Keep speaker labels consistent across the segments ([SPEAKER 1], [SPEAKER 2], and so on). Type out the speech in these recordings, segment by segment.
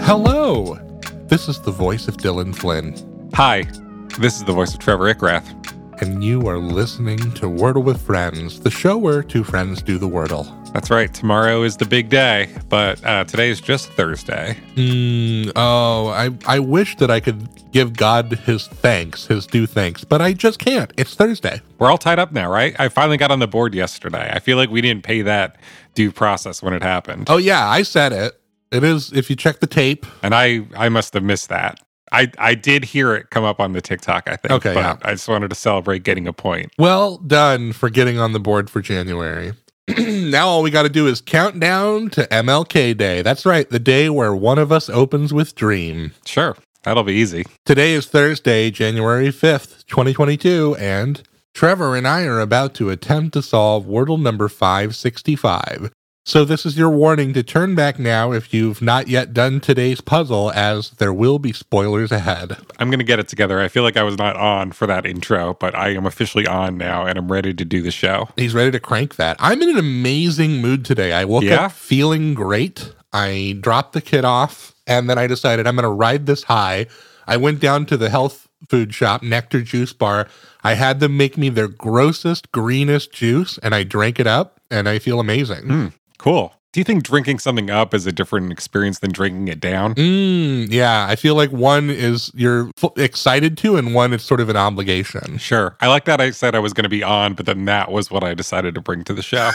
[SPEAKER 1] Hello. This is the voice of Dylan Flynn,
[SPEAKER 2] Hi, this is the voice of Trevor Ickrath.
[SPEAKER 1] and you are listening to Wordle with Friends, the show where two friends do the Wordle.
[SPEAKER 2] That's right, tomorrow is the big day, but uh, today is just Thursday.
[SPEAKER 1] Mm, oh, I, I wish that I could give God his thanks, his due thanks, but I just can't. It's Thursday.
[SPEAKER 2] We're all tied up now, right? I finally got on the board yesterday. I feel like we didn't pay that due process when it happened.
[SPEAKER 1] Oh, yeah, I said it. It is, if you check the tape,
[SPEAKER 2] And I, I must have missed that. I, I did hear it come up on the TikTok, I think.
[SPEAKER 1] Okay,
[SPEAKER 2] But
[SPEAKER 1] yeah.
[SPEAKER 2] I just wanted to celebrate getting a point.
[SPEAKER 1] well done for getting on the board for January. now all we got to do is count down to MLK Day. That's right, the day where one of us opens with Dream.
[SPEAKER 2] Sure, that'll be easy.
[SPEAKER 1] Today is Thursday, January 5th, 2022, and Trevor and I are about to attempt to solve Wordle number 565. So, this is your warning to turn back now if you've not yet done today's puzzle, as there will be spoilers ahead.
[SPEAKER 2] I'm going to get it together. I feel like I was not on for that intro, but I am officially on now and I'm ready to do the show.
[SPEAKER 1] He's ready to crank that. I'm in an amazing mood today. I woke
[SPEAKER 2] Yeah?
[SPEAKER 1] up feeling great. I dropped the kid off, and then I decided I'm going to ride this high. I went down to the health food shop, Nectar Juice Bar. I had them make me their grossest, greenest juice, and I drank it up, and I feel amazing. Mm.
[SPEAKER 2] Cool. Do you think drinking something up is a different experience than drinking it down?
[SPEAKER 1] Mm. yeah, I feel like one is you're f- excited to, and one is sort of an obligation.
[SPEAKER 2] Sure. I like that I said I was going to be on, but then that was what I decided to bring to the show.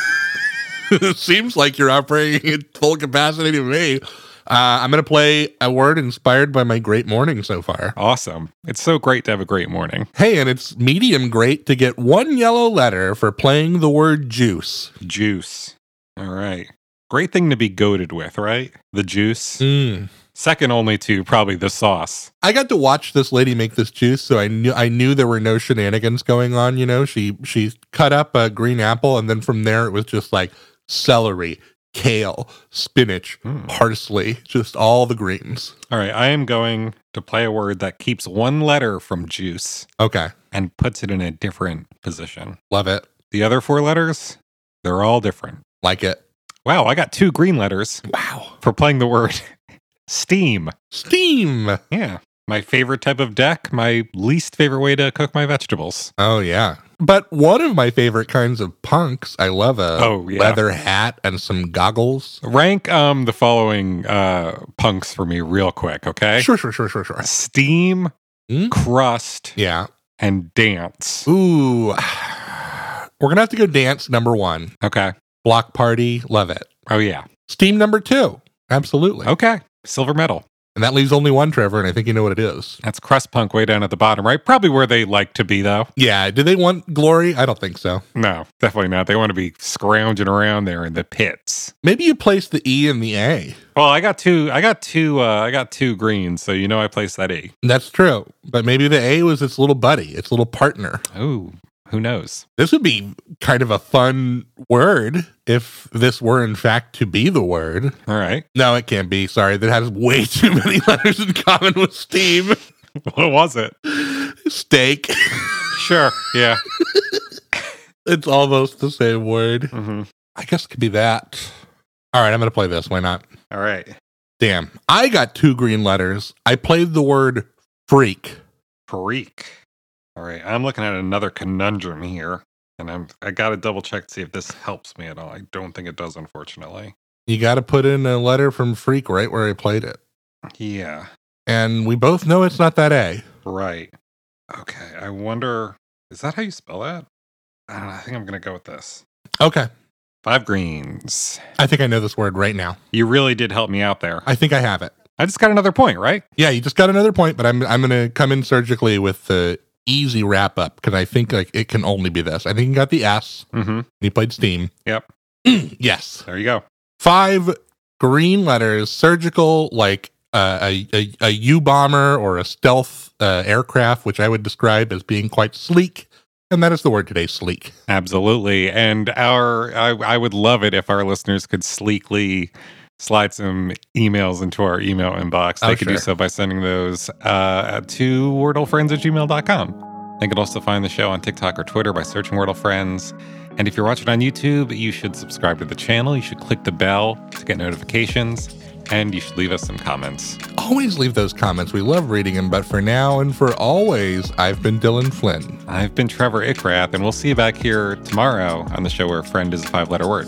[SPEAKER 1] it seems like you're operating at full capacity to me. Uh, I'm going to play a word inspired by my great morning so far.
[SPEAKER 2] awesome. It's so great to have a great morning.
[SPEAKER 1] Hey, and it's medium great to get one yellow letter for playing the word juice.
[SPEAKER 2] Juice. All right. Great thing to be goaded with, right? The juice.
[SPEAKER 1] Mm.
[SPEAKER 2] Second only to probably the sauce.
[SPEAKER 1] I got to watch this lady make this juice, so I knew I knew there were no shenanigans going on. You know, she she cut up a green apple, and then from there it was just like celery, kale, spinach,
[SPEAKER 2] Hmm.
[SPEAKER 1] parsley, just all the greens.
[SPEAKER 2] All right. I am going to play a word that keeps one letter from juice
[SPEAKER 1] Okay,
[SPEAKER 2] and puts it in a different position.
[SPEAKER 1] love it,
[SPEAKER 2] The other four letters, they're all different.
[SPEAKER 1] like it.
[SPEAKER 2] Wow. I got two green letters
[SPEAKER 1] Wow,
[SPEAKER 2] for playing the word steam.
[SPEAKER 1] steam.
[SPEAKER 2] Yeah. My favorite type of deck, my least favorite way to cook my vegetables.
[SPEAKER 1] Oh yeah. But one of my favorite kinds of punks, I love a
[SPEAKER 2] Oh, yeah.
[SPEAKER 1] Uh, leather hat and some goggles.
[SPEAKER 2] Rank um the following uh punks for me real quick, okay?
[SPEAKER 1] Sure, sure, sure, sure, sure.
[SPEAKER 2] Steam,
[SPEAKER 1] Hmm?
[SPEAKER 2] crust,
[SPEAKER 1] Yeah.
[SPEAKER 2] and dance.
[SPEAKER 1] Ooh. We're going to have to go dance number one.
[SPEAKER 2] Okay.
[SPEAKER 1] Block party. Love it.
[SPEAKER 2] Oh yeah.
[SPEAKER 1] Steam number two. Absolutely.
[SPEAKER 2] Okay. Silver medal.
[SPEAKER 1] And that leaves only one, Trevor, and I think you know what it is.
[SPEAKER 2] That's crust punk way down at the bottom, right? Probably where they like to be though.
[SPEAKER 1] Yeah. Do they want glory? I don't think so.
[SPEAKER 2] No, definitely not. They want to be scrounging around there in the pits.
[SPEAKER 1] Maybe you place the E and the A.
[SPEAKER 2] Well, I got two I got two uh I got two greens, so you know I placed that E.
[SPEAKER 1] That's true. But maybe the A was its little buddy, its little partner.
[SPEAKER 2] Oh, who knows?
[SPEAKER 1] This would be kind of a fun word if this were, in fact, to be the word.
[SPEAKER 2] All right.
[SPEAKER 1] No, it can't be. Sorry. That has way too many letters in common with steam.
[SPEAKER 2] What was it?
[SPEAKER 1] Steak.
[SPEAKER 2] Sure. Yeah.
[SPEAKER 1] It's almost the same word.
[SPEAKER 2] Mm-hmm.
[SPEAKER 1] I guess it could be that. All right, I'm going to play this. Why not?
[SPEAKER 2] All right.
[SPEAKER 1] Damn. I got two green letters. I played the word freak.
[SPEAKER 2] Freak. All right. I'm looking at another conundrum here. And I'm I gotta double check to see if this helps me at all. I don't think it does, unfortunately.
[SPEAKER 1] You got to put in a letter from freak right where I played it.
[SPEAKER 2] Yeah.
[SPEAKER 1] And we both know it's not that A.
[SPEAKER 2] Right. Okay. I wonder is that how you spell that? I don't know. I think I'm gonna go with this.
[SPEAKER 1] Okay.
[SPEAKER 2] Five greens.
[SPEAKER 1] I think I know this word right now.
[SPEAKER 2] You really did help me out there.
[SPEAKER 1] I think I have it.
[SPEAKER 2] I just got another point, right?
[SPEAKER 1] Yeah, you just got another point, but I'm I'm going to come in surgically with the easy wrap up because I think like it can only be this. I think you got the S.
[SPEAKER 2] Mm-hmm.
[SPEAKER 1] You played Steam.
[SPEAKER 2] Yep.
[SPEAKER 1] yes.
[SPEAKER 2] There you go.
[SPEAKER 1] five green letters, surgical, like uh, a, a, a U bomber or a stealth uh, aircraft, which I would describe as being quite sleek. And that is the word today, sleek.
[SPEAKER 2] Absolutely. And our I, I would love it if our listeners could sleekly slide some emails into our email inbox. They
[SPEAKER 1] Oh,
[SPEAKER 2] could
[SPEAKER 1] sure.
[SPEAKER 2] do so by sending those uh, to wordlefriends at gmail.com. They could also find the show on TikTok or Twitter by searching Wordle Friends. And if you're watching on YouTube, you should subscribe to the channel. You should click the bell to get notifications. And you should leave us some comments.
[SPEAKER 1] Always leave those comments. We love reading them. But for now and for always, I've been Dylan Flynn.
[SPEAKER 2] I've been Trevor Ickrath, and we'll see you back here tomorrow on the show where friend is a five letter word.